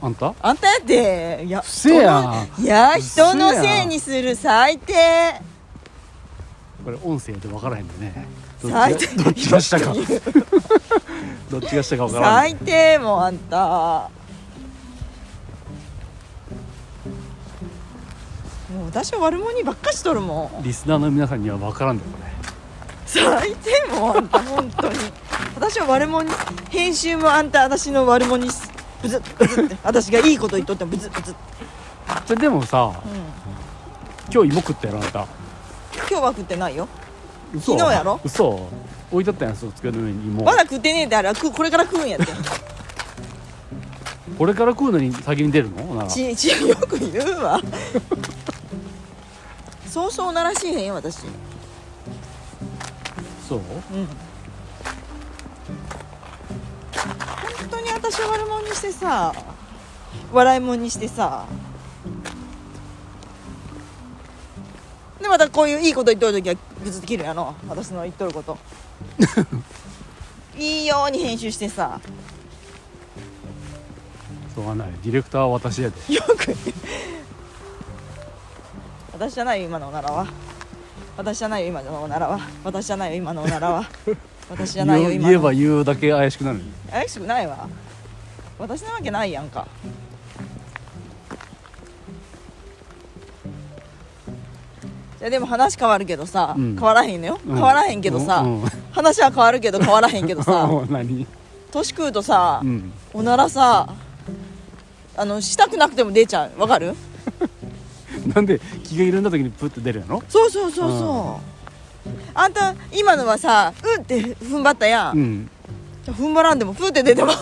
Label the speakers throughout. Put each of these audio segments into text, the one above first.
Speaker 1: あんた
Speaker 2: あんたやっていや
Speaker 1: 不正や
Speaker 2: いや
Speaker 1: うっせえや
Speaker 2: 人のせいにする最低
Speaker 1: これ音声で分からへんでねど
Speaker 2: 最
Speaker 1: っ
Speaker 2: 低
Speaker 1: ちどっちがした かどっちがしたか分からへ
Speaker 2: 最
Speaker 1: ん
Speaker 2: 低もうあんたもう私は悪者にばっかしとるもん
Speaker 1: リスナーの皆さんには分からんでこれ
Speaker 2: 最低もうあんた本当に私は悪者に編集もあんた私の悪者にすブズッブズッって私がいいこと言っとってもブズッブズッ
Speaker 1: それでもさ
Speaker 2: うん、
Speaker 1: 今日芋食ったやろあんた
Speaker 2: 今日は食ってないよ
Speaker 1: 嘘
Speaker 2: 昨日やろ
Speaker 1: 嘘置いとったやんその机の上に芋
Speaker 2: まだ食ってねえであれは食うこれから食うんやって
Speaker 1: これから食うのに先に出るのなら
Speaker 2: ちちよく言うわそうそうならしいへんよ私
Speaker 1: そう
Speaker 2: うん本当に私を悪者にしてさ笑い者にしてさでまたこういういいこと言っとる時はグズって切るやろ私の言っとることいいように編集してさ
Speaker 1: しょうがないディレクターは私やで
Speaker 2: よく言う私じゃないよ今のおならは私じゃないよ今のおならは私じゃないよ今のおならは私じゃないよ
Speaker 1: 言
Speaker 2: 今
Speaker 1: う
Speaker 2: の
Speaker 1: 言えば言うだけ怪しくなる
Speaker 2: 怪しくないわ私なわけないやんかじゃあでも話変わるけどさ、
Speaker 1: うん
Speaker 2: 変わらへんのよ、
Speaker 1: うん
Speaker 2: 変わらへんけどさ、
Speaker 1: うんうん
Speaker 2: 話は変わるけど変わらへんけ どさ
Speaker 1: 何
Speaker 2: 年食うとさ、
Speaker 1: うん
Speaker 2: おならさあのしたくなくても出ちゃうわかる
Speaker 1: なんで気が緩んだ時にプッて出るやろ
Speaker 2: そうそうそうそう、あんた今のはさうんって踏ん張ったやん、
Speaker 1: うん
Speaker 2: じゃあ踏ん張らんでもプーって出ても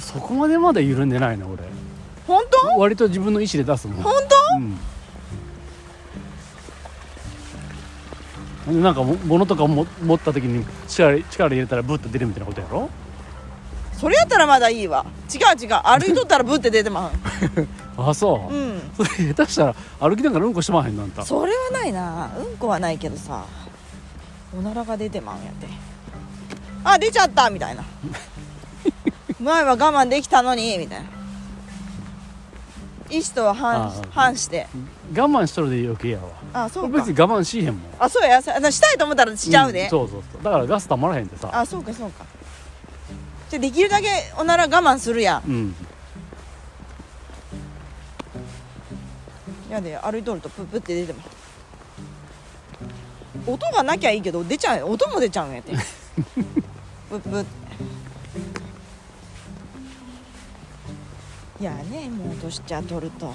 Speaker 1: そこまでまだ緩んでないな俺
Speaker 2: 本当
Speaker 1: 割と自分の意思で出すもん、
Speaker 2: 本当
Speaker 1: うん、なんかも物とかも持った時に力力入れたらブッと出るみたいなことやろ
Speaker 2: それやったらまだいいわ違う違う歩いとったらブーって出てま
Speaker 1: あそう
Speaker 2: う、ん
Speaker 1: それ下手したら歩きながらうんこしてまわへんなんた
Speaker 2: それはないなうんこはないけどさおならが出てまうんやってあ出ちゃったみたい な前は我慢できたのにみたいな意思とは反
Speaker 1: あー
Speaker 2: 反して
Speaker 1: 我慢しとるで余計やわ
Speaker 2: あそうか
Speaker 1: 別に我慢しいへんもん
Speaker 2: あそうやさしたいと思ったらしちゃうで、
Speaker 1: んそうそうそうだからガスたまらへんでさ
Speaker 2: あそうかそうかじゃあできるだけおなら我慢するや
Speaker 1: うん
Speaker 2: んやで歩いとるとプップって出ても音がなきゃいいけど出ちゃう音も出ちゃうんやってプップっていやねもう年ちゃとると